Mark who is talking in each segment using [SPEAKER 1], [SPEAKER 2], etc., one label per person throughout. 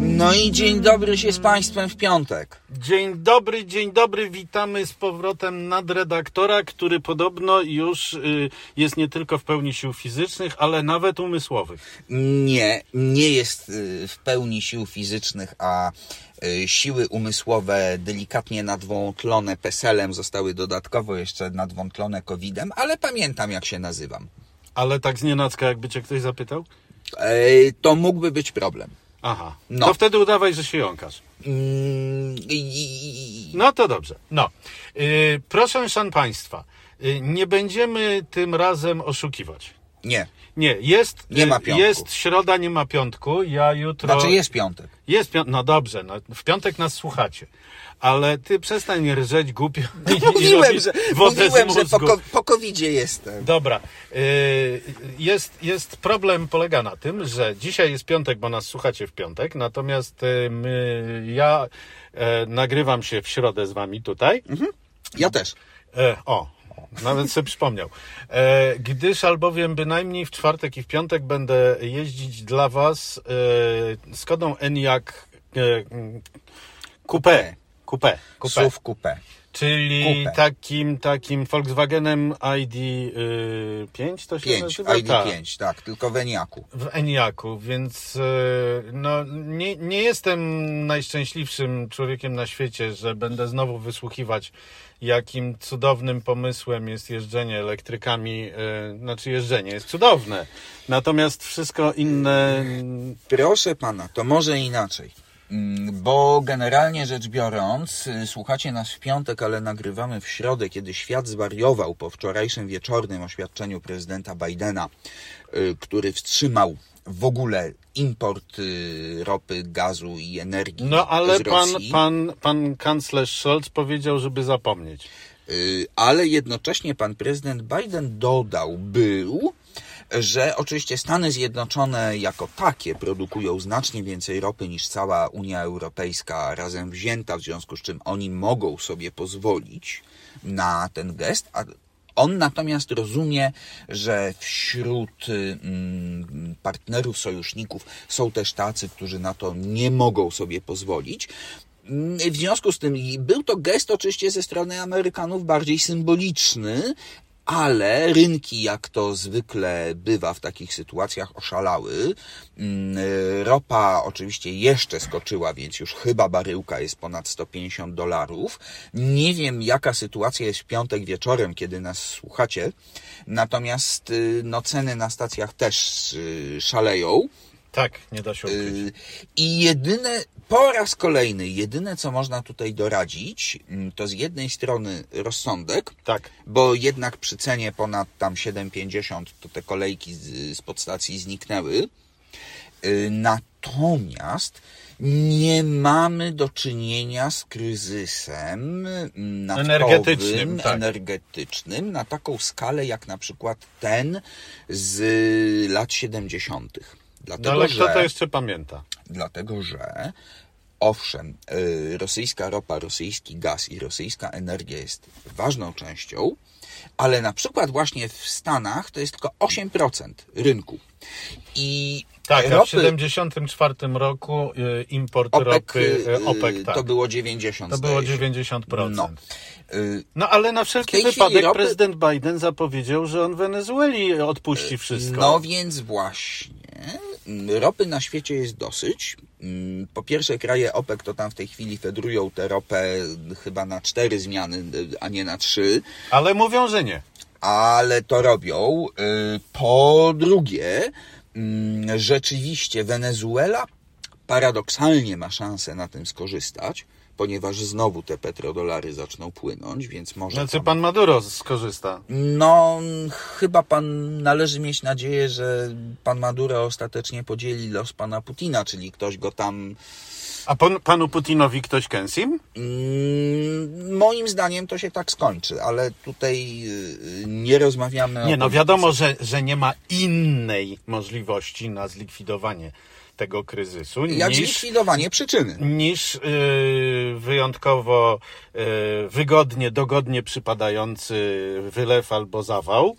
[SPEAKER 1] No i dzień dobry się z Państwem w piątek.
[SPEAKER 2] Dzień dobry, dzień dobry, witamy z powrotem nadredaktora, który podobno już y, jest nie tylko w pełni sił fizycznych, ale nawet umysłowych.
[SPEAKER 1] Nie, nie jest y, w pełni sił fizycznych, a y, siły umysłowe delikatnie nadwątlone PESEL-em zostały dodatkowo jeszcze nadwątlone COVID-em, ale pamiętam jak się nazywam.
[SPEAKER 2] Ale tak znienacka, jakby cię ktoś zapytał?
[SPEAKER 1] Ej, E, To mógłby być problem.
[SPEAKER 2] Aha,
[SPEAKER 1] No.
[SPEAKER 2] no. to wtedy udawaj, że się jąkasz.
[SPEAKER 1] Mm, i-
[SPEAKER 2] No to dobrze. No, y, proszę szan państwa, y, nie będziemy tym razem oszukiwać.
[SPEAKER 1] Nie,
[SPEAKER 2] Nie, jest,
[SPEAKER 1] Nie ma
[SPEAKER 2] y,
[SPEAKER 1] piątku.
[SPEAKER 2] jest środa, nie ma piątku. Ja jutro.
[SPEAKER 1] znaczy jest piątek.
[SPEAKER 2] Jest pią- no dobrze, no, w piątek nas słuchacie. Ale ty przestań rżeć głupio. i- i
[SPEAKER 1] No Mówiłem,
[SPEAKER 2] robić
[SPEAKER 1] że,
[SPEAKER 2] wodę z
[SPEAKER 1] mówiłem, że po,
[SPEAKER 2] mózgu.
[SPEAKER 1] ko- po COVIDzie jestem.
[SPEAKER 2] Dobra. y, Jest, jest problem polega na tym, że dzisiaj jest piątek, bo nas słuchacie w piątek, natomiast y, my, ja e, nagrywam się w środę z wami
[SPEAKER 1] Mhm.
[SPEAKER 2] tutaj.
[SPEAKER 1] Ja też.
[SPEAKER 2] E, o, nawet sobie przypomniał. E, gdyż albowiem bynajmniej w czwartek i w piątek będę jeździć dla Was e, Skodą Enyaq e, Coupé. Coupé. Coupé.
[SPEAKER 1] Słów kupę.
[SPEAKER 2] Czyli
[SPEAKER 1] Coupé.
[SPEAKER 2] takim takim Volkswagenem ID y, 5 to się
[SPEAKER 1] 5,
[SPEAKER 2] nazywa? Tak.
[SPEAKER 1] ID5, tak, tylko weniaku.
[SPEAKER 2] w Eniaku, więc e, no, nie, nie jestem najszczęśliwszym człowiekiem na świecie, że będę znowu wysłuchiwać, jakim cudownym pomysłem jest jeżdżenie elektrykami. e, Znaczy, jeżdżenie jest cudowne, natomiast wszystko inne.
[SPEAKER 1] Proszę pana, to może inaczej. Mm, Bo generalnie rzecz biorąc, y, słuchacie nas w piątek, ale nagrywamy w środę, kiedy świat zwariował po wczorajszym wieczornym oświadczeniu prezydenta Bidena, y, który wstrzymał w ogóle import y, ropy, gazu i energii.
[SPEAKER 2] No, ale
[SPEAKER 1] z
[SPEAKER 2] pan,
[SPEAKER 1] Rosji.
[SPEAKER 2] pan, pan kanclerz Scholz powiedział, żeby zapomnieć.
[SPEAKER 1] Y, ale jednocześnie pan prezydent Biden dodał, był, że oczywiście Stany Zjednoczone jako takie produkują znacznie więcej ropy niż cała Unia Europejska razem wzięta, w związku z czym oni mogą sobie pozwolić na ten gest, a on natomiast rozumie, że wśród y, mm, partnerów, sojuszników są też tacy, którzy na to nie mogą sobie pozwolić. Mm, W związku z tym i był to gest oczywiście ze strony Amerykanów bardziej symboliczny, ale rynki, jak to zwykle bywa w takich sytuacjach, oszalały. Mm, y, Ropa oczywiście jeszcze skoczyła, więc już chyba baryłka jest ponad 150 dolarów. Nie wiem, jaka sytuacja jest w piątek wieczorem, kiedy nas słuchacie, natomiast y, no, ceny na stacjach też y, szaleją.
[SPEAKER 2] Tak, nie da się ukryć.
[SPEAKER 1] Y, I jedyne, po raz kolejny, jedyne co można tutaj doradzić, mm, to z jednej strony rozsądek,
[SPEAKER 2] Tak.
[SPEAKER 1] bo jednak przy cenie ponad tam 7,50 to te kolejki z, z podstacji zniknęły. Y, Natomiast nie mamy do czynienia z kryzysem naftowym,
[SPEAKER 2] Energetycznym, tak.
[SPEAKER 1] energetycznym na taką skalę jak na przykład ten z lat 70. Dlatego,
[SPEAKER 2] No, ale kto
[SPEAKER 1] że-
[SPEAKER 2] to jeszcze pamięta?
[SPEAKER 1] Dlatego, że owszem, y, rosyjska ropa, rosyjski gaz i rosyjska energia jest ważną częścią, ale na przykład właśnie w Stanach to jest tylko 8% rynku. I
[SPEAKER 2] Tak, a w
[SPEAKER 1] ropy
[SPEAKER 2] 74 roku y, import
[SPEAKER 1] OPEC,
[SPEAKER 2] ropy
[SPEAKER 1] y,
[SPEAKER 2] y, OPEC tak.
[SPEAKER 1] to było 90%.
[SPEAKER 2] To było
[SPEAKER 1] zdaje się.
[SPEAKER 2] 90%.
[SPEAKER 1] No.
[SPEAKER 2] No,
[SPEAKER 1] Y,
[SPEAKER 2] ale na
[SPEAKER 1] W tej
[SPEAKER 2] wszelki
[SPEAKER 1] chwili
[SPEAKER 2] wypadek
[SPEAKER 1] ropy-
[SPEAKER 2] prezydent Biden zapowiedział, że on Wenezueli odpuści wszystko.
[SPEAKER 1] No więc właśnie, mm, ropy na świecie jest dosyć. Mm, Po pierwsze, kraje OPEC to tam w tej chwili fedrują tę ropę chyba na cztery zmiany, y, a nie na trzy.
[SPEAKER 2] Ale mówią, że nie.
[SPEAKER 1] ale to robią. Y, Po drugie, mm, rzeczywiście Wenezuela paradoksalnie ma szansę na tym skorzystać, ponieważ znowu te petrodolary zaczną płynąć, więc może.
[SPEAKER 2] Znaczy
[SPEAKER 1] tam-
[SPEAKER 2] pan Maduro skorzysta.
[SPEAKER 1] No, mm, chyba pan należy mieć nadzieję, że pan Maduro ostatecznie podzieli los pana Putina, czyli ktoś go tam.
[SPEAKER 2] A pan, panu Putinowi ktoś kęsim?
[SPEAKER 1] No, Mm, Moim zdaniem to się tak skończy, ale tutaj y, nie rozmawiamy
[SPEAKER 2] Nie,
[SPEAKER 1] o
[SPEAKER 2] no
[SPEAKER 1] polityce.
[SPEAKER 2] wiadomo, że, że nie ma innej możliwości na zlikwidowanie tego kryzysu
[SPEAKER 1] Jak
[SPEAKER 2] niż,
[SPEAKER 1] zlikwidowanie przyczyny.
[SPEAKER 2] niż yy, wyjątkowo y, yy, wygodnie, dogodnie przypadający wylew albo zawał.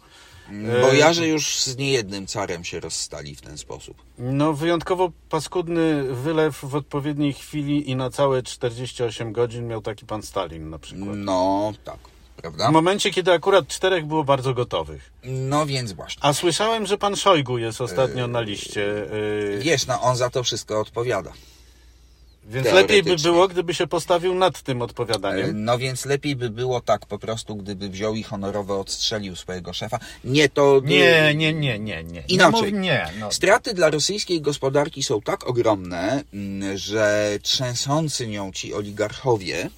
[SPEAKER 1] Bo ja, że już z niejednym carem się rozstali w ten sposób.
[SPEAKER 2] No, wyjątkowo paskudny wylew w odpowiedniej chwili i na całe 48 godzin miał taki pan Stalin na przykład.
[SPEAKER 1] No, tak, prawda?
[SPEAKER 2] W momencie, kiedy akurat czterech było bardzo gotowych.
[SPEAKER 1] No więc właśnie.
[SPEAKER 2] A słyszałem, że pan Szojgu jest ostatnio na liście, yy,
[SPEAKER 1] Wiesz, no on za to wszystko odpowiada.
[SPEAKER 2] więc
[SPEAKER 1] teoretycznie.
[SPEAKER 2] lepiej by było, gdyby się postawił nad tym
[SPEAKER 1] E,
[SPEAKER 2] odpowiadaniem.
[SPEAKER 1] No więc lepiej by było tak po prostu, gdyby wziął i honorowo odstrzelił swojego szefa. Nie, to...
[SPEAKER 2] Nie, nie, nie, nie, nie.
[SPEAKER 1] Inaczej.
[SPEAKER 2] Nie, mów- nie no.
[SPEAKER 1] Straty dla rosyjskiej gospodarki są tak ogromne, mm, że trzęsący nią ci oligarchowie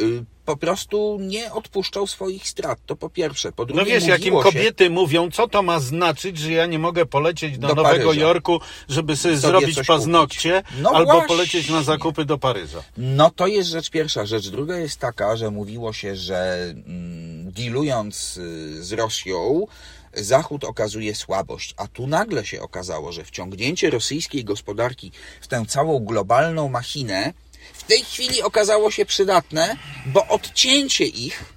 [SPEAKER 1] y, po prostu nie odpuszczą swoich strat. To po pierwsze. Po drugie,
[SPEAKER 2] No wiesz, jak im
[SPEAKER 1] mówiło się-
[SPEAKER 2] kobiety mówią, co to ma znaczyć, że ja nie mogę polecieć do,
[SPEAKER 1] Do
[SPEAKER 2] Nowego
[SPEAKER 1] Paryża.
[SPEAKER 2] Jorku, żeby sobie,
[SPEAKER 1] Sobie
[SPEAKER 2] zrobić
[SPEAKER 1] coś
[SPEAKER 2] paznokcie,
[SPEAKER 1] kupić. No
[SPEAKER 2] albo
[SPEAKER 1] właśnie.
[SPEAKER 2] polecieć na zakupy do Paryża.
[SPEAKER 1] No to jest rzecz pierwsza. Rzecz druga jest taka, że mówiło się, że mm, dealując y, z Rosją, Zachód okazuje słabość, a tu nagle się okazało, że wciągnięcie rosyjskiej gospodarki w tę całą globalną machinę w tej chwili okazało się przydatne, bo odcięcie ich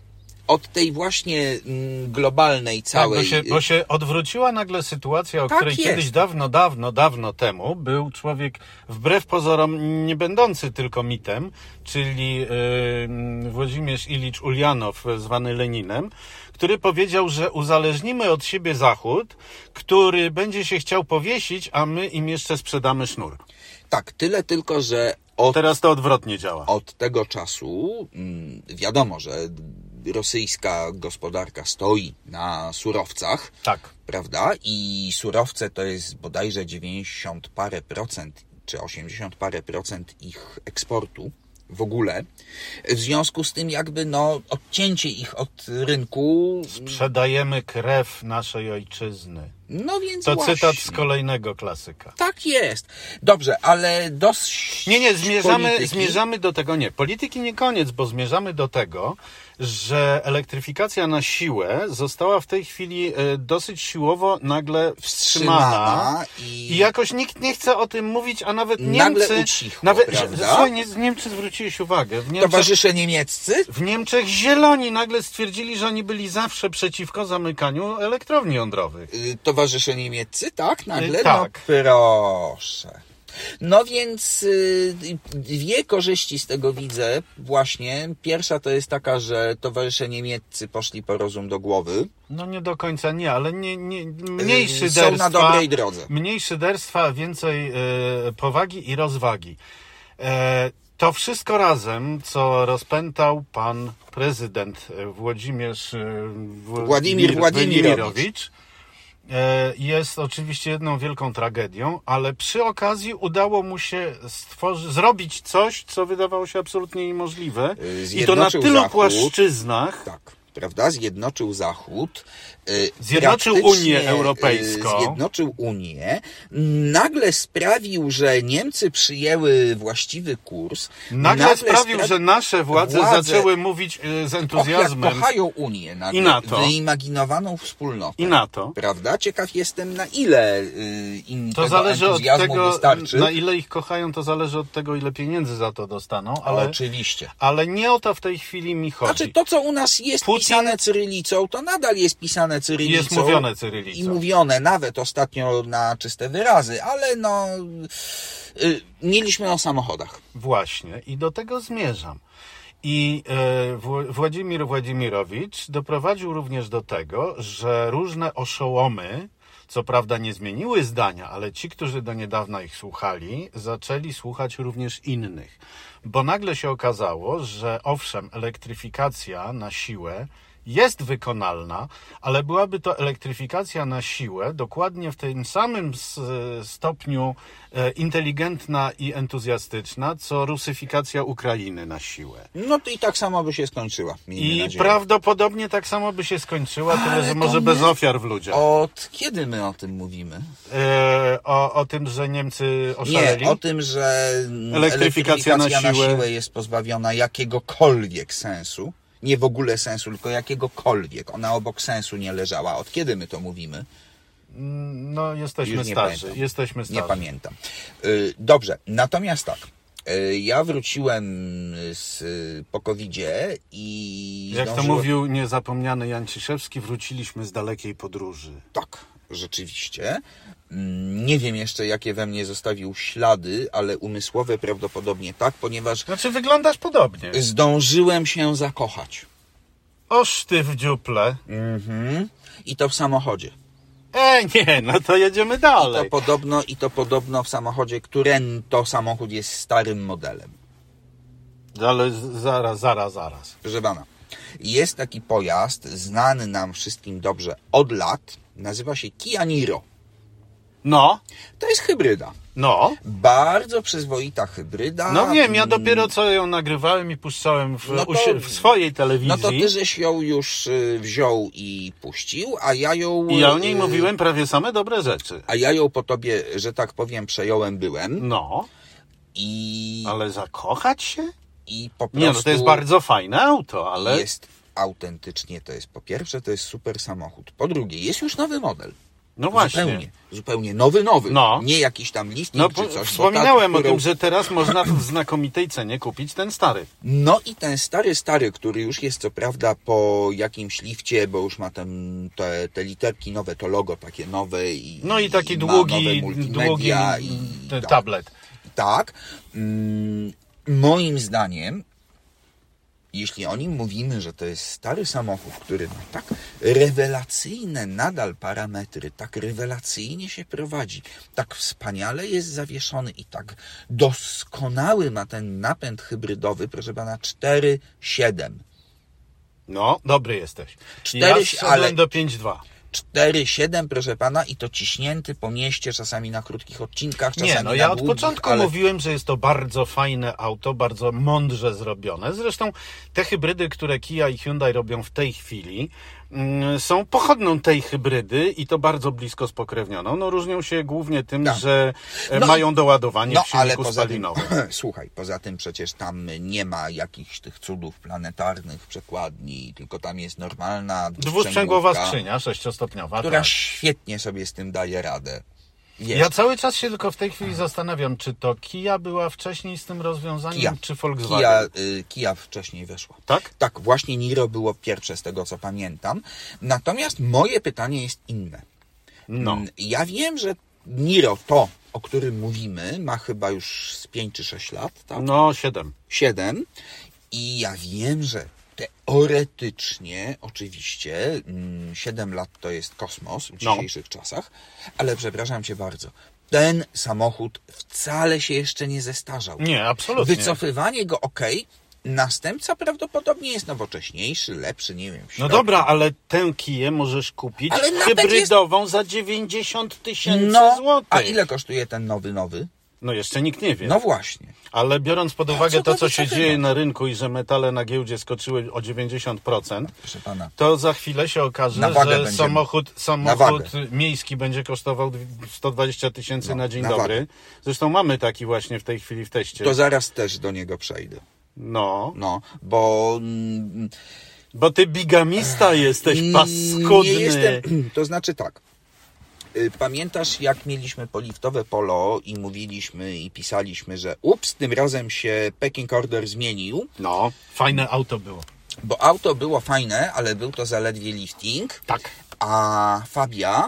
[SPEAKER 1] od tej właśnie mm, globalnej
[SPEAKER 2] Tak, bo
[SPEAKER 1] całej.
[SPEAKER 2] się, bo się odwróciła nagle sytuacja, o
[SPEAKER 1] Tak
[SPEAKER 2] której
[SPEAKER 1] jest.
[SPEAKER 2] kiedyś dawno, dawno, dawno temu był człowiek wbrew pozorom nie będący tylko mitem, czyli yy, Włodzimierz Ilicz Ulianow, zwany Leninem, który powiedział, że uzależnimy od siebie Zachód, który będzie się chciał powiesić, a my im jeszcze sprzedamy sznur.
[SPEAKER 1] Tak, tyle tylko, że od
[SPEAKER 2] Teraz to odwrotnie działa.
[SPEAKER 1] od tego czasu mm, wiadomo, że rosyjska gospodarka stoi na surowcach,
[SPEAKER 2] Tak.
[SPEAKER 1] prawda? I surowce to jest bodajże 90 parę procent czy 80 parę procent ich eksportu w ogóle. W związku z tym jakby no odcięcie ich od rynku,
[SPEAKER 2] Przedajemy krew naszej ojczyzny.
[SPEAKER 1] no więc
[SPEAKER 2] To
[SPEAKER 1] właśnie.
[SPEAKER 2] cytat z kolejnego klasyka.
[SPEAKER 1] Tak jest. Dobrze, ale dosyć
[SPEAKER 2] Nie, nie, zmierzamy,
[SPEAKER 1] polityki.
[SPEAKER 2] zmierzamy do tego, nie, polityki nie koniec, bo zmierzamy do tego, że elektryfikacja na siłę została w tej chwili e, dosyć siłowo nagle wstrzymana.
[SPEAKER 1] Wstrzymana i-
[SPEAKER 2] I jakoś nikt nie chce o tym mówić, a nawet
[SPEAKER 1] Nagle
[SPEAKER 2] Niemcy...
[SPEAKER 1] ucichło,
[SPEAKER 2] nawet, że-
[SPEAKER 1] prawda?
[SPEAKER 2] Słuchaj, nie, Niemcy zwróciłeś uwagę. W Niemczech,
[SPEAKER 1] Towarzysze niemieccy?
[SPEAKER 2] w Niemczech zieloni nagle stwierdzili, że oni byli zawsze przeciwko zamykaniu elektrowni jądrowych.
[SPEAKER 1] Y, Towarzysze Niemieccy, tak? Nagle?
[SPEAKER 2] Y, tak.
[SPEAKER 1] No proszę. No więc y, dwie korzyści z tego widzę właśnie. Pierwsza to jest taka, że towarzysze niemieccy poszli po rozum do głowy.
[SPEAKER 2] No nie do końca nie, ale nie, nie,
[SPEAKER 1] Y,
[SPEAKER 2] mniej szyderstwa.
[SPEAKER 1] Są na dobrej drodze.
[SPEAKER 2] Mniej szyderstwa, więcej e, powagi i rozwagi. E, to wszystko razem, co rozpętał pan prezydent e, Włodzimierz e, Wł-
[SPEAKER 1] Władimir
[SPEAKER 2] Mir-
[SPEAKER 1] Władimirowicz.
[SPEAKER 2] Władimirowicz, e, jest oczywiście jedną wielką tragedią, ale przy okazji udało mu się stworzy- zrobić coś, co wydawało się absolutnie niemożliwe.
[SPEAKER 1] Y,
[SPEAKER 2] I to na
[SPEAKER 1] zjednoczył
[SPEAKER 2] tylu
[SPEAKER 1] Zachód.
[SPEAKER 2] płaszczyznach,
[SPEAKER 1] Tak, prawda? Zjednoczył Zachód. y,
[SPEAKER 2] Zjednoczył
[SPEAKER 1] praktycznie,
[SPEAKER 2] Unię
[SPEAKER 1] y,
[SPEAKER 2] Europejską.
[SPEAKER 1] Zjednoczył Unię. Nagle sprawił, że Niemcy przyjęły właściwy kurs.
[SPEAKER 2] Nagle, sprawił,
[SPEAKER 1] spra-
[SPEAKER 2] że nasze władze,
[SPEAKER 1] władze-
[SPEAKER 2] zaczęły mówić y, z
[SPEAKER 1] Och,
[SPEAKER 2] entuzjazmem
[SPEAKER 1] jak kochają Unię nagle,
[SPEAKER 2] I NATO.
[SPEAKER 1] wyimaginowaną wspólnotę.
[SPEAKER 2] i NATO.
[SPEAKER 1] Prawda? Ciekaw jestem, na ile y, im
[SPEAKER 2] To
[SPEAKER 1] tego
[SPEAKER 2] zależy od
[SPEAKER 1] entuzjazmu
[SPEAKER 2] tego,
[SPEAKER 1] wystarczy.
[SPEAKER 2] na ile ich kochają, to zależy od tego, ile pieniędzy za to dostaną, ale,
[SPEAKER 1] Oczywiście.
[SPEAKER 2] ale nie o to w tej chwili mi chodzi.
[SPEAKER 1] Znaczy to, co u nas jest
[SPEAKER 2] Putin-
[SPEAKER 1] pisane cyrylicą, to nadal jest pisane cyrylicą.
[SPEAKER 2] Jest mówione
[SPEAKER 1] I
[SPEAKER 2] cyrylicą.
[SPEAKER 1] mówione nawet ostatnio na czyste wyrazy, ale no... Y, mieliśmy o samochodach.
[SPEAKER 2] Właśnie, i do tego zmierzam. I e, Wł- Władimir Władimirowicz doprowadził również do tego, że różne oszołomy, co prawda nie zmieniły zdania, ale ci, którzy do niedawna ich słuchali, zaczęli słuchać również innych. Bo nagle się okazało, że owszem, elektryfikacja na siłę jest wykonalna, ale byłaby to elektryfikacja na siłę, dokładnie w tym samym s- stopniu e, inteligentna i entuzjastyczna, co rusyfikacja Ukrainy na siłę.
[SPEAKER 1] No to i tak samo by się skończyła, miejmy
[SPEAKER 2] I
[SPEAKER 1] nadzieję.
[SPEAKER 2] prawdopodobnie tak samo by się skończyła, tyle że
[SPEAKER 1] to
[SPEAKER 2] może
[SPEAKER 1] my-
[SPEAKER 2] bez ofiar w ludziach.
[SPEAKER 1] Od kiedy my o tym mówimy?
[SPEAKER 2] E, o, o tym, że Niemcy oszaleli.
[SPEAKER 1] Nie, o tym, że mm,
[SPEAKER 2] Elektryfikacja na siłę.
[SPEAKER 1] jest pozbawiona jakiegokolwiek sensu. Nie w ogóle sensu, tylko jakiegokolwiek. Ona obok sensu nie leżała. Od kiedy my to mówimy?
[SPEAKER 2] No, jesteśmy
[SPEAKER 1] Już nie
[SPEAKER 2] starzy.
[SPEAKER 1] pamiętam.
[SPEAKER 2] Jesteśmy starzy.
[SPEAKER 1] Nie pamiętam. Y, Dobrze, natomiast tak. E, Ja wróciłem z e, po covidzie i.
[SPEAKER 2] Jak to
[SPEAKER 1] zdążyłem-
[SPEAKER 2] mówił niezapomniany Jan Ciszewski, wróciliśmy z dalekiej podróży.
[SPEAKER 1] Tak, rzeczywiście. Mm, Nie wiem jeszcze, jakie we mnie zostawił ślady, ale umysłowe prawdopodobnie tak, ponieważ
[SPEAKER 2] Znaczy, wyglądasz podobnie.
[SPEAKER 1] Y- zdążyłem się zakochać.
[SPEAKER 2] Oż ty w dziuple.
[SPEAKER 1] Mhm. I to w samochodzie.
[SPEAKER 2] E, nie, no to jedziemy
[SPEAKER 1] To
[SPEAKER 2] dalej.
[SPEAKER 1] podobno i to podobno w samochodzie, któren to samochód jest starym modelem.
[SPEAKER 2] Ale z- zaraz, zaraz, zaraz.
[SPEAKER 1] Proszę pana, jest taki pojazd znany nam wszystkim dobrze od lat. Nazywa się Kia Niro.
[SPEAKER 2] No,
[SPEAKER 1] To jest hybryda.
[SPEAKER 2] no.
[SPEAKER 1] Bardzo przyzwoita hybryda.
[SPEAKER 2] No wiem, ja
[SPEAKER 1] Mm,
[SPEAKER 2] dopiero co ją nagrywałem i puszczałem w,
[SPEAKER 1] No to-
[SPEAKER 2] u sie- w swojej telewizji.
[SPEAKER 1] No to ty żeś ją już y, wziął i puścił, a ja ją.
[SPEAKER 2] I ja o niej
[SPEAKER 1] y,
[SPEAKER 2] mówiłem prawie same dobre rzeczy.
[SPEAKER 1] A ja ją po tobie, że tak powiem, przejąłem, byłem
[SPEAKER 2] No,
[SPEAKER 1] i,
[SPEAKER 2] ale zakochać się?
[SPEAKER 1] i po prostu.
[SPEAKER 2] Nie, no to jest bardzo fajne auto, ale
[SPEAKER 1] Jest autentycznie, to jest po pierwsze, to jest super samochód. Po drugie, jest już nowy model.
[SPEAKER 2] no właśnie.
[SPEAKER 1] Zupełnie, zupełnie nowy, nowy.
[SPEAKER 2] No.
[SPEAKER 1] Nie jakiś tam listnik
[SPEAKER 2] No,
[SPEAKER 1] czy coś. bo ta,
[SPEAKER 2] wspominałem o
[SPEAKER 1] którą-
[SPEAKER 2] tym, że teraz można w znakomitej cenie kupić ten stary.
[SPEAKER 1] No i ten stary, stary, który już jest co prawda po jakimś lifcie, bo już ma ten, te, te literki nowe, to logo takie nowe i
[SPEAKER 2] No i taki
[SPEAKER 1] ma
[SPEAKER 2] długi,
[SPEAKER 1] nowe
[SPEAKER 2] długi
[SPEAKER 1] multimedia i
[SPEAKER 2] ten
[SPEAKER 1] tak.
[SPEAKER 2] tablet.
[SPEAKER 1] Tak. Mm, moim zdaniem, jeśli o nim mówimy, że to jest stary samochód, który ma tak rewelacyjne nadal parametry, tak rewelacyjnie się prowadzi, tak wspaniale jest zawieszony i tak doskonały ma ten napęd hybrydowy, proszę pana, 4,7.
[SPEAKER 2] No, dobry jesteś.
[SPEAKER 1] Cztery,
[SPEAKER 2] ja wszedłem
[SPEAKER 1] ale-
[SPEAKER 2] do 5.2.
[SPEAKER 1] 4,7, proszę pana, i to ciśnięty po mieście, czasami na krótkich odcinkach, czasami
[SPEAKER 2] Nie, no
[SPEAKER 1] na
[SPEAKER 2] ja od
[SPEAKER 1] długich,
[SPEAKER 2] początku
[SPEAKER 1] ale
[SPEAKER 2] mówiłem, że jest to bardzo fajne auto, bardzo mądrze zrobione. Zresztą te hybrydy, które Kia i Hyundai robią w tej chwili, mm, są pochodną tej hybrydy i to bardzo blisko spokrewnioną. No różnią się głównie tym,
[SPEAKER 1] Tak.
[SPEAKER 2] że e,
[SPEAKER 1] No i-
[SPEAKER 2] mają doładowanie w silniku
[SPEAKER 1] tym,
[SPEAKER 2] spalinowym.
[SPEAKER 1] słuchaj, poza tym przecież tam nie ma jakichś tych cudów planetarnych przekładni, tylko tam jest normalna
[SPEAKER 2] Dwusprzęgłowa
[SPEAKER 1] dwusprzęgłówka,
[SPEAKER 2] skrzynia sześciostopniowa.
[SPEAKER 1] która
[SPEAKER 2] tak.
[SPEAKER 1] świetnie sobie z tym daje radę. Wiesz,
[SPEAKER 2] Ja cały czas się tylko w tej chwili zastanawiam, czy to Kia była wcześniej z tym rozwiązaniem,
[SPEAKER 1] Kia.
[SPEAKER 2] czy Volkswagen.
[SPEAKER 1] Kia, y, Kia wcześniej weszła.
[SPEAKER 2] Tak?
[SPEAKER 1] Tak, właśnie Niro było pierwsze z tego, co pamiętam. Natomiast moje pytanie jest inne.
[SPEAKER 2] No.
[SPEAKER 1] Mm, Ja wiem, że Niro to, o którym mówimy, ma chyba już z 5 czy 6 lat, tak?
[SPEAKER 2] No, siedem.
[SPEAKER 1] 7 i ja wiem, że teoretycznie, oczywiście, 7 lat to jest kosmos w
[SPEAKER 2] No.
[SPEAKER 1] dzisiejszych czasach, ale przepraszam cię bardzo, ten samochód wcale się jeszcze nie zestarzał.
[SPEAKER 2] Nie, absolutnie.
[SPEAKER 1] Wycofywanie go ok, następca prawdopodobnie jest nowocześniejszy, lepszy, nie wiem. w
[SPEAKER 2] No
[SPEAKER 1] środku.
[SPEAKER 2] dobra, ale tę kiję możesz kupić
[SPEAKER 1] Ale nawet
[SPEAKER 2] hybrydową za 90 tysięcy
[SPEAKER 1] No,
[SPEAKER 2] złotych.
[SPEAKER 1] a ile kosztuje ten nowy, nowy?
[SPEAKER 2] No jeszcze nikt nie wie.
[SPEAKER 1] No właśnie.
[SPEAKER 2] Ale biorąc pod uwagę
[SPEAKER 1] co
[SPEAKER 2] to,
[SPEAKER 1] to
[SPEAKER 2] co się
[SPEAKER 1] wycofywa?
[SPEAKER 2] dzieje na rynku i że metale na giełdzie skoczyły o 90%,
[SPEAKER 1] Proszę pana.
[SPEAKER 2] to za chwilę się
[SPEAKER 1] Na
[SPEAKER 2] okaże,
[SPEAKER 1] wagę
[SPEAKER 2] że
[SPEAKER 1] będziemy.
[SPEAKER 2] samochód,
[SPEAKER 1] Na
[SPEAKER 2] samochód
[SPEAKER 1] wagę.
[SPEAKER 2] miejski będzie kosztował dwi- 120 tysięcy
[SPEAKER 1] No,
[SPEAKER 2] na dzień
[SPEAKER 1] na
[SPEAKER 2] dobry.
[SPEAKER 1] wagę.
[SPEAKER 2] Zresztą mamy taki właśnie w tej chwili w teście.
[SPEAKER 1] To zaraz też do niego przejdę.
[SPEAKER 2] No,
[SPEAKER 1] No, bo mm,
[SPEAKER 2] bo ty bigamista jesteś,
[SPEAKER 1] Mm,
[SPEAKER 2] paskudny.
[SPEAKER 1] Nie jestem, to znaczy tak. Y, Pamiętasz, jak mieliśmy poliftowe polo i mówiliśmy i pisaliśmy, że ups, tym razem się pecking order zmienił,
[SPEAKER 2] No, fajne auto było.
[SPEAKER 1] bo auto było fajne, ale był to zaledwie lifting,
[SPEAKER 2] Tak,
[SPEAKER 1] a Fabia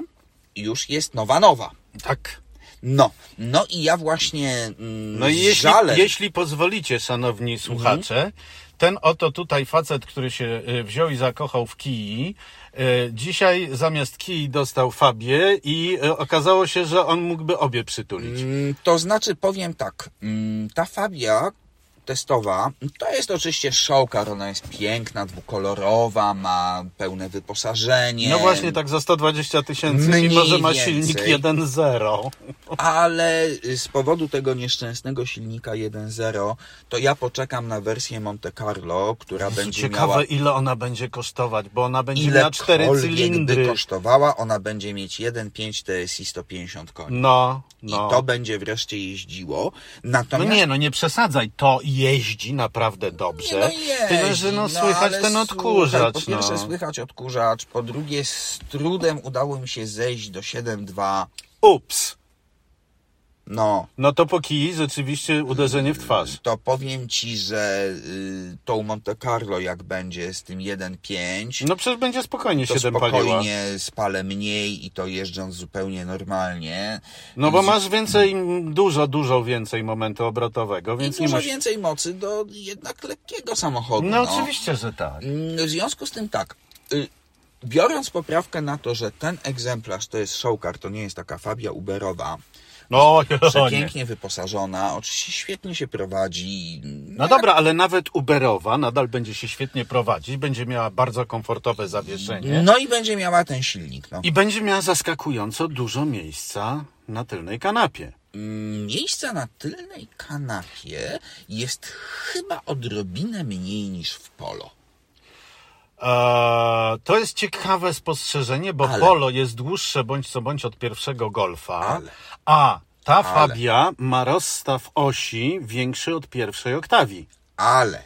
[SPEAKER 1] już jest nowa, nowa.
[SPEAKER 2] tak.
[SPEAKER 1] No, no i ja właśnie mm,
[SPEAKER 2] No i
[SPEAKER 1] z
[SPEAKER 2] jeśli,
[SPEAKER 1] żalem,
[SPEAKER 2] jeśli pozwolicie, szanowni
[SPEAKER 1] Mhm.
[SPEAKER 2] słuchacze, ten oto tutaj facet, który się y, wziął i zakochał w kiji, y, dzisiaj zamiast kiji dostał Fabię i y, okazało się, że on mógłby obie przytulić.
[SPEAKER 1] Mm, To znaczy, powiem tak, mm, ta Fabia testowa, to jest oczywiście showcar, ona jest piękna, dwukolorowa, ma pełne wyposażenie.
[SPEAKER 2] No właśnie tak za 120 tysięcy,
[SPEAKER 1] Mniej
[SPEAKER 2] mimo że ma
[SPEAKER 1] więcej.
[SPEAKER 2] silnik 1.0.
[SPEAKER 1] Ale z powodu tego nieszczęsnego silnika 1.0, to ja poczekam na wersję Monte Carlo, która będzie
[SPEAKER 2] Ciekawe
[SPEAKER 1] miała...
[SPEAKER 2] ile ona będzie kosztować, bo ona będzie miała cztery
[SPEAKER 1] Ilekolwiek by
[SPEAKER 2] cylindry.
[SPEAKER 1] kosztowała, ona będzie mieć 1.5 TSI 150 koni.
[SPEAKER 2] No,
[SPEAKER 1] I
[SPEAKER 2] no.
[SPEAKER 1] to będzie wreszcie jeździło.
[SPEAKER 2] No
[SPEAKER 1] Natomiast
[SPEAKER 2] nie, no nie przesadzaj, to jeździ naprawdę dobrze. Tyle, że no,
[SPEAKER 1] jeździ,
[SPEAKER 2] słychać
[SPEAKER 1] ale
[SPEAKER 2] ten
[SPEAKER 1] Słuchaj,
[SPEAKER 2] odkurzacz.
[SPEAKER 1] po pierwsze
[SPEAKER 2] no.
[SPEAKER 1] słychać odkurzacz, po drugie z trudem udało mi się zejść do 7.2.
[SPEAKER 2] Ups.
[SPEAKER 1] No,
[SPEAKER 2] No to po kij rzeczywiście uderzenie w twarz.
[SPEAKER 1] to powiem ci, że y, tą Monte Carlo, jak będzie z tym 1.5,
[SPEAKER 2] No przecież będzie spokojnie
[SPEAKER 1] to
[SPEAKER 2] 7 paliła.
[SPEAKER 1] spokojnie spalę mniej i to jeżdżąc zupełnie normalnie.
[SPEAKER 2] No bo masz więcej, dużo, dużo więcej momentu obrotowego,
[SPEAKER 1] I
[SPEAKER 2] więc nie
[SPEAKER 1] dużo
[SPEAKER 2] masz...
[SPEAKER 1] więcej mocy do jednak lekkiego samochodu.
[SPEAKER 2] No oczywiście, że tak.
[SPEAKER 1] Mm, W związku z tym tak, y, biorąc poprawkę na to, że ten egzemplarz to jest showcar, to nie jest taka Fabia Uberowa,
[SPEAKER 2] No, o nie.
[SPEAKER 1] przepięknie wyposażona, oczywiście świetnie się prowadzi.
[SPEAKER 2] No dobra, ale nawet Uberowa nadal będzie się świetnie prowadzić, będzie miała bardzo komfortowe zawieszenie
[SPEAKER 1] No i będzie miała ten silnik. No.
[SPEAKER 2] i będzie miała zaskakująco dużo miejsca na tylnej kanapie.
[SPEAKER 1] Mm, Miejsca na tylnej kanapie jest chyba odrobinę mniej niż w Polo.
[SPEAKER 2] Eee, to jest ciekawe spostrzeżenie, bo
[SPEAKER 1] Ale.
[SPEAKER 2] Polo jest dłuższe bądź co bądź od pierwszego Golfa,
[SPEAKER 1] Ale.
[SPEAKER 2] a ta Fabia ma rozstaw osi większy od pierwszej oktawii.
[SPEAKER 1] Ale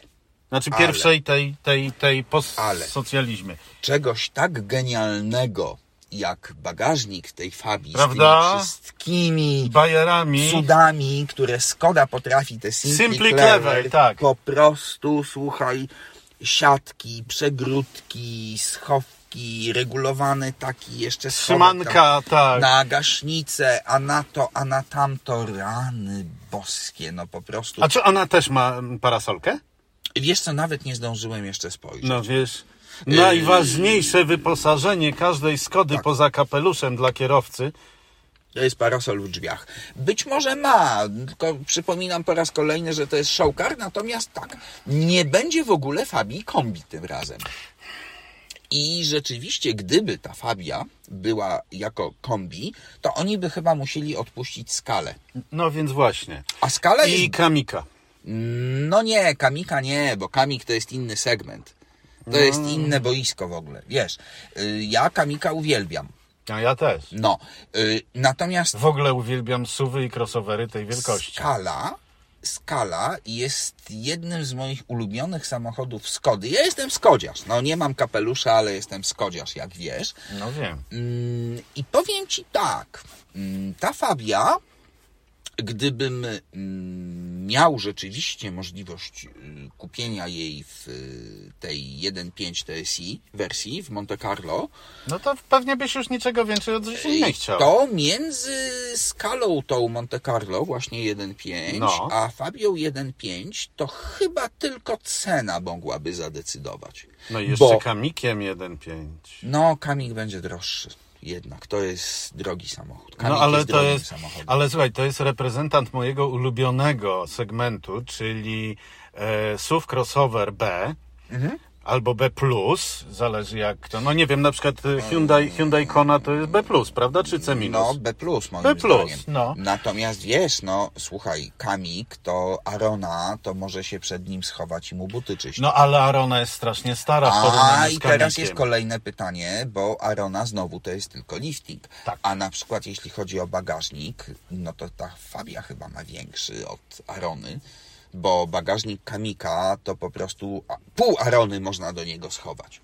[SPEAKER 2] Znaczy
[SPEAKER 1] Ale.
[SPEAKER 2] pierwszej tej, tej, tej po
[SPEAKER 1] Ale.
[SPEAKER 2] socjalizmie.
[SPEAKER 1] czegoś tak genialnego jak bagażnik tej Fabii z
[SPEAKER 2] Prawda?
[SPEAKER 1] tymi wszystkimi
[SPEAKER 2] Bajerami.
[SPEAKER 1] cudami, które Skoda potrafi, te Simply,
[SPEAKER 2] Mhm. Simply
[SPEAKER 1] Clever,
[SPEAKER 2] Clever, tak.
[SPEAKER 1] po prostu, słuchaj, siatki, przegródki, schowki, regulowany taki jeszcze schowek tam
[SPEAKER 2] Trzymanka, tak.
[SPEAKER 1] na gaśnicę, a na to, a na tamto, rany boskie, no po prostu.
[SPEAKER 2] A czy ona też ma mm, parasolkę?
[SPEAKER 1] Wiesz co, nawet nie zdążyłem jeszcze spojrzeć.
[SPEAKER 2] No wiesz,
[SPEAKER 1] Yy.
[SPEAKER 2] najważniejsze wyposażenie każdej Skody
[SPEAKER 1] Tak.
[SPEAKER 2] poza kapeluszem dla kierowcy.
[SPEAKER 1] To jest parasol w drzwiach. Być może ma, tylko przypominam po raz kolejny, że to jest showcar, natomiast tak, nie będzie w ogóle Fabii kombi tym razem. I rzeczywiście, gdyby ta Fabia była jako kombi, to oni by chyba musieli odpuścić skalę.
[SPEAKER 2] No więc właśnie.
[SPEAKER 1] A skala
[SPEAKER 2] I
[SPEAKER 1] jest...
[SPEAKER 2] kamika.
[SPEAKER 1] No nie, Kamika nie, bo Kamik to jest inny segment. To jest inne boisko w ogóle, wiesz. y, Ja Kamika uwielbiam,
[SPEAKER 2] A ja też.
[SPEAKER 1] no. y, Natomiast
[SPEAKER 2] W ogóle uwielbiam suwy i crossovery tej wielkości.
[SPEAKER 1] Skala, skala jest jednym z moich ulubionych samochodów Skody. Ja jestem Skodziarz. No nie mam kapelusza, ale jestem Skodziarz, jak wiesz.
[SPEAKER 2] No wiem.
[SPEAKER 1] Mm, I powiem Ci tak, mm, ta Fabia, gdybym mm, miał rzeczywiście możliwość y, kupienia jej w y, tej 1.5 TSI wersji w Monte Carlo,
[SPEAKER 2] No to pewnie byś już niczego więcej od życia nie
[SPEAKER 1] i
[SPEAKER 2] chciał.
[SPEAKER 1] To między skalą tą Monte Carlo, właśnie 1.5,
[SPEAKER 2] No.
[SPEAKER 1] a Fabią 1.5, to chyba tylko cena mogłaby zadecydować.
[SPEAKER 2] No i jeszcze
[SPEAKER 1] Bo-
[SPEAKER 2] kamikiem 1.5.
[SPEAKER 1] No, Kamik będzie droższy. Jednak to jest drogi samochód. Kamik
[SPEAKER 2] No ale
[SPEAKER 1] jest
[SPEAKER 2] to
[SPEAKER 1] drogim
[SPEAKER 2] jest,
[SPEAKER 1] samochodem.
[SPEAKER 2] ale słuchaj, to jest reprezentant mojego ulubionego segmentu, czyli e, SUV crossover B.
[SPEAKER 1] Mhm.
[SPEAKER 2] Albo B+, zależy jak to. No nie wiem, na przykład e, Hyundai, Hyundai Kona to jest B+, prawda? Czy C-?
[SPEAKER 1] No, B, moim
[SPEAKER 2] B+,
[SPEAKER 1] zdaniem.
[SPEAKER 2] no.
[SPEAKER 1] Natomiast wiesz, no słuchaj, Kamik to Arona, to może się przed nim schować i mu buty czyścić.
[SPEAKER 2] No ale Arona jest strasznie stara w
[SPEAKER 1] A
[SPEAKER 2] porównaniu
[SPEAKER 1] i
[SPEAKER 2] z
[SPEAKER 1] teraz
[SPEAKER 2] Kamikiem.
[SPEAKER 1] jest kolejne pytanie, bo Arona znowu to jest tylko lifting.
[SPEAKER 2] Tak.
[SPEAKER 1] A na przykład jeśli chodzi o bagażnik, no to ta Fabia chyba ma większy od Arony, bo bagażnik Kamika to po prostu a, pół Arony można do niego schować.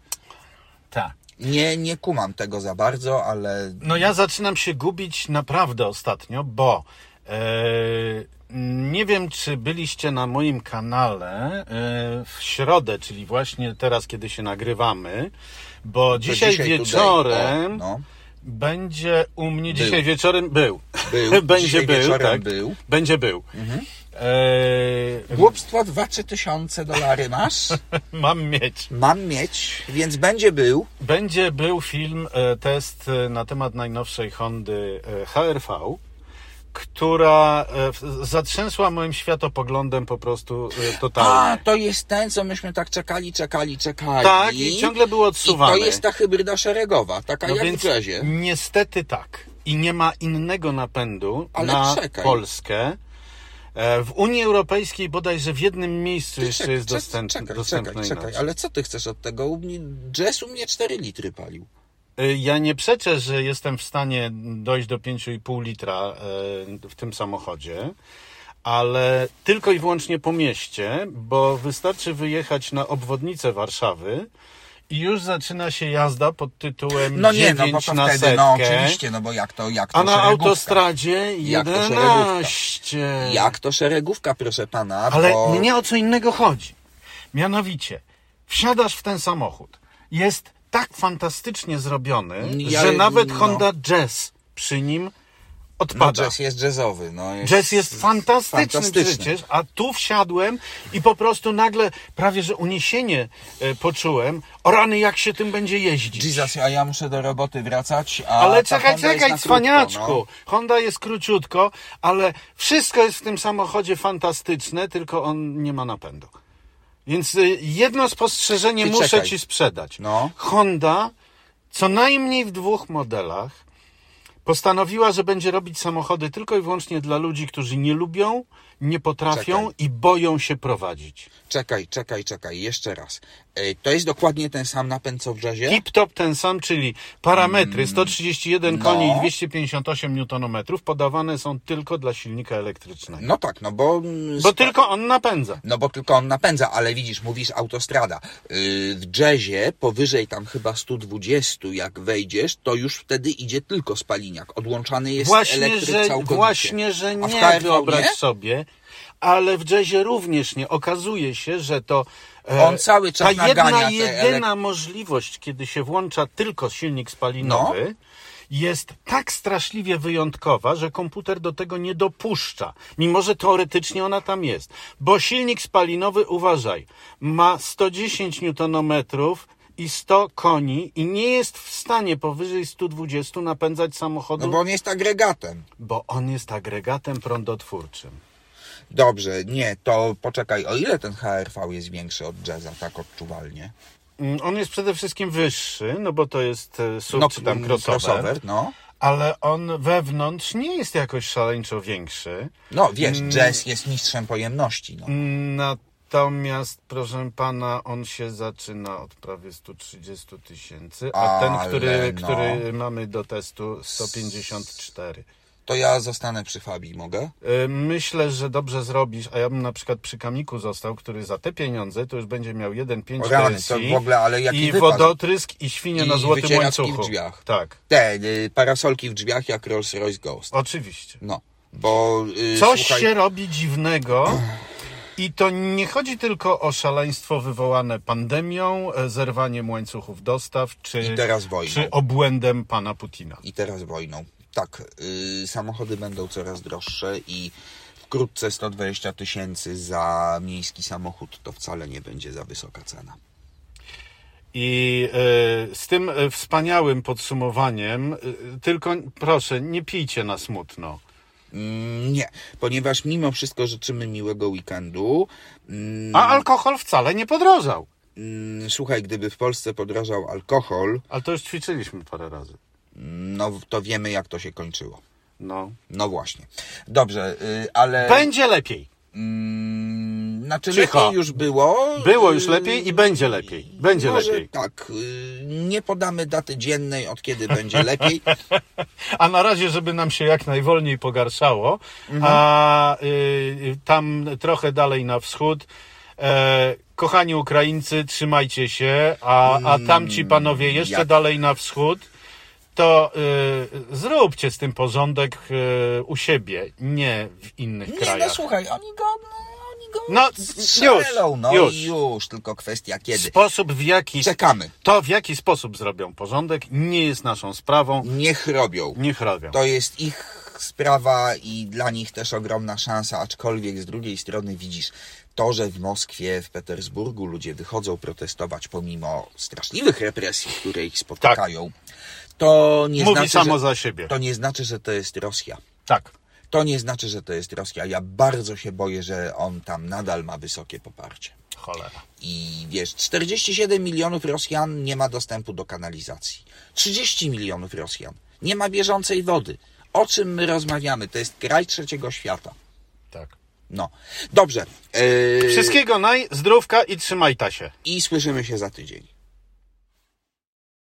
[SPEAKER 2] Tak.
[SPEAKER 1] Nie, nie kumam tego za bardzo, ale
[SPEAKER 2] No ja zaczynam się gubić naprawdę ostatnio, bo e, nie wiem, czy byliście na moim kanale e, w środę, czyli właśnie teraz, kiedy się nagrywamy, bo
[SPEAKER 1] to
[SPEAKER 2] dzisiaj,
[SPEAKER 1] tutaj,
[SPEAKER 2] wieczorem
[SPEAKER 1] o, no,
[SPEAKER 2] będzie u mnie,
[SPEAKER 1] Był.
[SPEAKER 2] dzisiaj wieczorem był.
[SPEAKER 1] Był.
[SPEAKER 2] będzie
[SPEAKER 1] Dzisiaj
[SPEAKER 2] był,
[SPEAKER 1] wieczorem
[SPEAKER 2] tak.
[SPEAKER 1] był.
[SPEAKER 2] Będzie był.
[SPEAKER 1] Mhm.
[SPEAKER 2] E,
[SPEAKER 1] głupstwo 2-3 tysiące dolary masz,
[SPEAKER 2] mam mieć.
[SPEAKER 1] mam mieć, więc będzie był.
[SPEAKER 2] Będzie był film, e, test e, na temat najnowszej Hondy e, HRV, która e, w- zatrzęsła moim światopoglądem po prostu e,
[SPEAKER 1] A,
[SPEAKER 2] totalnie.
[SPEAKER 1] to jest ten, co myśmy tak czekali, czekali, czekali.
[SPEAKER 2] tak, i ciągle było odsuwane.
[SPEAKER 1] I to jest ta hybryda szeregowa, taka
[SPEAKER 2] no
[SPEAKER 1] jak
[SPEAKER 2] więc
[SPEAKER 1] w jazzie.
[SPEAKER 2] niestety tak. I nie ma innego napędu
[SPEAKER 1] Ale
[SPEAKER 2] na
[SPEAKER 1] czekaj.
[SPEAKER 2] Polskę. E, W Unii Europejskiej bodajże w jednym miejscu
[SPEAKER 1] Ty
[SPEAKER 2] jeszcze
[SPEAKER 1] czekaj,
[SPEAKER 2] jest
[SPEAKER 1] czekaj,
[SPEAKER 2] dostęp,
[SPEAKER 1] czekaj,
[SPEAKER 2] dostępna
[SPEAKER 1] czekaj,
[SPEAKER 2] inaczej.
[SPEAKER 1] czekaj, ale co ty chcesz od tego? U mnie, jazz u mnie 4 litry palił.
[SPEAKER 2] Y, Ja nie przeczę, że jestem w stanie dojść do 5,5 litra y, w tym samochodzie, ale tylko i wyłącznie po mieście, bo wystarczy wyjechać na obwodnicę Warszawy I już zaczyna się jazda pod tytułem
[SPEAKER 1] No nie, no bo
[SPEAKER 2] 9
[SPEAKER 1] to
[SPEAKER 2] na
[SPEAKER 1] wtedy, no
[SPEAKER 2] setkę,
[SPEAKER 1] oczywiście, no bo jak to, jak to
[SPEAKER 2] A na
[SPEAKER 1] szeregówka?
[SPEAKER 2] autostradzie
[SPEAKER 1] Jak to szeregówka?
[SPEAKER 2] 11.
[SPEAKER 1] Jak to szeregówka, proszę pana,
[SPEAKER 2] Ale
[SPEAKER 1] bo...
[SPEAKER 2] mnie o co innego chodzi. Mianowicie, wsiadasz w ten samochód. Jest tak fantastycznie zrobiony,
[SPEAKER 1] Ja-
[SPEAKER 2] że nawet
[SPEAKER 1] no.
[SPEAKER 2] Honda Jazz przy nim
[SPEAKER 1] No,
[SPEAKER 2] odpada.
[SPEAKER 1] jazz jest jazzowy, no. Jest,
[SPEAKER 2] Jazz jest fantastyczny,
[SPEAKER 1] fantastyczny.
[SPEAKER 2] przecież, a tu wsiadłem i po prostu nagle prawie, że uniesienie e, poczułem. O rany, jak się tym będzie jeździć.
[SPEAKER 1] Jesus, a ja muszę do roboty wracać, a
[SPEAKER 2] Ale
[SPEAKER 1] ta Honda
[SPEAKER 2] czekaj,
[SPEAKER 1] jest na
[SPEAKER 2] czekaj,
[SPEAKER 1] krótko,
[SPEAKER 2] cwaniaczku.
[SPEAKER 1] no.
[SPEAKER 2] Honda jest króciutko, ale wszystko jest w tym samochodzie fantastyczne, tylko on nie ma napędu. Więc y, jedno spostrzeżenie
[SPEAKER 1] Ty
[SPEAKER 2] muszę
[SPEAKER 1] czekaj.
[SPEAKER 2] ci sprzedać.
[SPEAKER 1] No.
[SPEAKER 2] Honda co najmniej w dwóch modelach postanowiła, że będzie robić samochody tylko i wyłącznie dla ludzi, którzy nie lubią, nie potrafią
[SPEAKER 1] Czekaj.
[SPEAKER 2] i boją się prowadzić.
[SPEAKER 1] Czekaj, czekaj, czekaj, jeszcze raz. Ej, to jest dokładnie ten sam napęd, co w jazzie?
[SPEAKER 2] Tip-top ten sam, czyli parametry 131
[SPEAKER 1] Mm. no.
[SPEAKER 2] koni i 258 Nm podawane są tylko dla silnika elektrycznego.
[SPEAKER 1] No tak, no bo... mm,
[SPEAKER 2] Bo
[SPEAKER 1] spa-
[SPEAKER 2] tylko on napędza.
[SPEAKER 1] No bo tylko on napędza, ale widzisz, mówisz autostrada. Yy, W jazzie powyżej tam chyba 120 jak wejdziesz, to już wtedy idzie tylko spaliniak. Odłączany jest
[SPEAKER 2] Właśnie
[SPEAKER 1] elektryk
[SPEAKER 2] że,
[SPEAKER 1] całkowicie.
[SPEAKER 2] właśnie, że
[SPEAKER 1] A w
[SPEAKER 2] nie
[SPEAKER 1] HRV
[SPEAKER 2] wyobraź
[SPEAKER 1] nie?
[SPEAKER 2] sobie, ale w jazzie również nie. Okazuje się, że to e,
[SPEAKER 1] On cały czas
[SPEAKER 2] ta jedna
[SPEAKER 1] nagania te
[SPEAKER 2] jedyna możliwość, kiedy się włącza tylko silnik spalinowy,
[SPEAKER 1] No.
[SPEAKER 2] jest tak straszliwie wyjątkowa, że komputer do tego nie dopuszcza, mimo że teoretycznie ona tam jest. Bo silnik spalinowy, uważaj, ma 110 Nm i 100 koni i nie jest w stanie powyżej 120 napędzać samochodu
[SPEAKER 1] No bo on jest agregatem.
[SPEAKER 2] bo on jest agregatem prądotwórczym.
[SPEAKER 1] Dobrze, nie, to poczekaj, o ile ten HRV jest większy od jazza, tak odczuwalnie?
[SPEAKER 2] Mm, On jest przede wszystkim wyższy, no bo to jest e, SUV czy tam
[SPEAKER 1] mm,
[SPEAKER 2] crossover,
[SPEAKER 1] no.
[SPEAKER 2] ale on wewnątrz nie jest jakoś szaleńczo większy.
[SPEAKER 1] No, wiesz,
[SPEAKER 2] Mm.
[SPEAKER 1] jazz jest mistrzem pojemności, no.
[SPEAKER 2] Natomiast, proszę pana, on się zaczyna od prawie 130 tysięcy, a ten,
[SPEAKER 1] Ale
[SPEAKER 2] który,
[SPEAKER 1] no.
[SPEAKER 2] który mamy do testu, 154.
[SPEAKER 1] To ja zostanę przy Fabii, mogę?
[SPEAKER 2] E, Myślę, że dobrze zrobisz, a ja bym na przykład przy Kamiku został, który za te pieniądze to już będzie miał 1,5
[SPEAKER 1] O rany,
[SPEAKER 2] pensji
[SPEAKER 1] to w ogóle, ale jaki
[SPEAKER 2] i
[SPEAKER 1] wypad.
[SPEAKER 2] wodotrysk i świnie
[SPEAKER 1] I
[SPEAKER 2] na złotym
[SPEAKER 1] wycieraczki w
[SPEAKER 2] łańcuchu.
[SPEAKER 1] drzwiach.
[SPEAKER 2] Tak,
[SPEAKER 1] Te, y, parasolki w drzwiach jak Rolls Royce Ghost.
[SPEAKER 2] oczywiście.
[SPEAKER 1] No, bo... Y,
[SPEAKER 2] Coś
[SPEAKER 1] słuchaj,
[SPEAKER 2] się robi dziwnego i to nie chodzi tylko o szaleństwo wywołane pandemią, e, zerwaniem łańcuchów dostaw czy,
[SPEAKER 1] I teraz wojną.
[SPEAKER 2] czy obłędem pana Putina.
[SPEAKER 1] I teraz wojną. Tak, y, samochody będą coraz droższe i wkrótce 120 tysięcy za miejski samochód to wcale nie będzie za wysoka cena.
[SPEAKER 2] I e, z tym e, wspaniałym podsumowaniem, e, tylko proszę, nie pijcie na smutno.
[SPEAKER 1] Mm, nie, ponieważ mimo wszystko życzymy miłego weekendu. Mm,
[SPEAKER 2] A alkohol wcale nie podrożał.
[SPEAKER 1] mm, słuchaj, gdyby w Polsce podrożał alkohol,
[SPEAKER 2] Ale to już ćwiczyliśmy parę razy.
[SPEAKER 1] no to wiemy jak to się kończyło.
[SPEAKER 2] No.
[SPEAKER 1] No właśnie. Dobrze, y, ale...
[SPEAKER 2] Będzie lepiej.
[SPEAKER 1] Mm, znaczy
[SPEAKER 2] Cicho.
[SPEAKER 1] lepiej już było.
[SPEAKER 2] Było już
[SPEAKER 1] Y,
[SPEAKER 2] lepiej i będzie lepiej. Będzie
[SPEAKER 1] Może
[SPEAKER 2] lepiej.
[SPEAKER 1] tak. y, Nie podamy daty dziennej, od kiedy będzie lepiej.
[SPEAKER 2] A na razie, żeby nam się jak najwolniej pogarszało, a y, tam trochę dalej na wschód. E, kochani Ukraińcy, trzymajcie się, a, a tamci panowie jeszcze
[SPEAKER 1] Mm, jak-
[SPEAKER 2] dalej na wschód, to y, zróbcie z tym porządek y, u siebie, nie w innych
[SPEAKER 1] Nie, no
[SPEAKER 2] krajach.
[SPEAKER 1] słuchaj, oni go. no, Oni go
[SPEAKER 2] No,
[SPEAKER 1] strzelą,
[SPEAKER 2] już,
[SPEAKER 1] no
[SPEAKER 2] już.
[SPEAKER 1] i już, tylko kwestia kiedy.
[SPEAKER 2] Sposób w jaki
[SPEAKER 1] Czekamy.
[SPEAKER 2] to w jaki sposób zrobią porządek nie jest naszą sprawą,
[SPEAKER 1] Niech robią.
[SPEAKER 2] niech robią.
[SPEAKER 1] To jest ich sprawa i dla nich też ogromna szansa, aczkolwiek z drugiej strony widzisz to, że w Moskwie, w Petersburgu ludzie wychodzą protestować pomimo straszliwych represji, które ich spotykają. To nie
[SPEAKER 2] Tak. Mówi
[SPEAKER 1] znaczy,
[SPEAKER 2] samo
[SPEAKER 1] że,
[SPEAKER 2] za siebie.
[SPEAKER 1] To nie znaczy, że to jest Rosja.
[SPEAKER 2] Tak.
[SPEAKER 1] To nie znaczy, że to jest Rosja. Ja bardzo się boję, że on tam nadal ma wysokie poparcie.
[SPEAKER 2] Cholera.
[SPEAKER 1] I wiesz, 47 milionów Rosjan nie ma dostępu do kanalizacji. 30 milionów Rosjan nie ma bieżącej wody. O czym my rozmawiamy? To jest kraj trzeciego świata.
[SPEAKER 2] Tak.
[SPEAKER 1] No. Dobrze. Yy,
[SPEAKER 2] Wszystkiego naj, zdrówka i trzymaj ta się.
[SPEAKER 1] I słyszymy się za tydzień.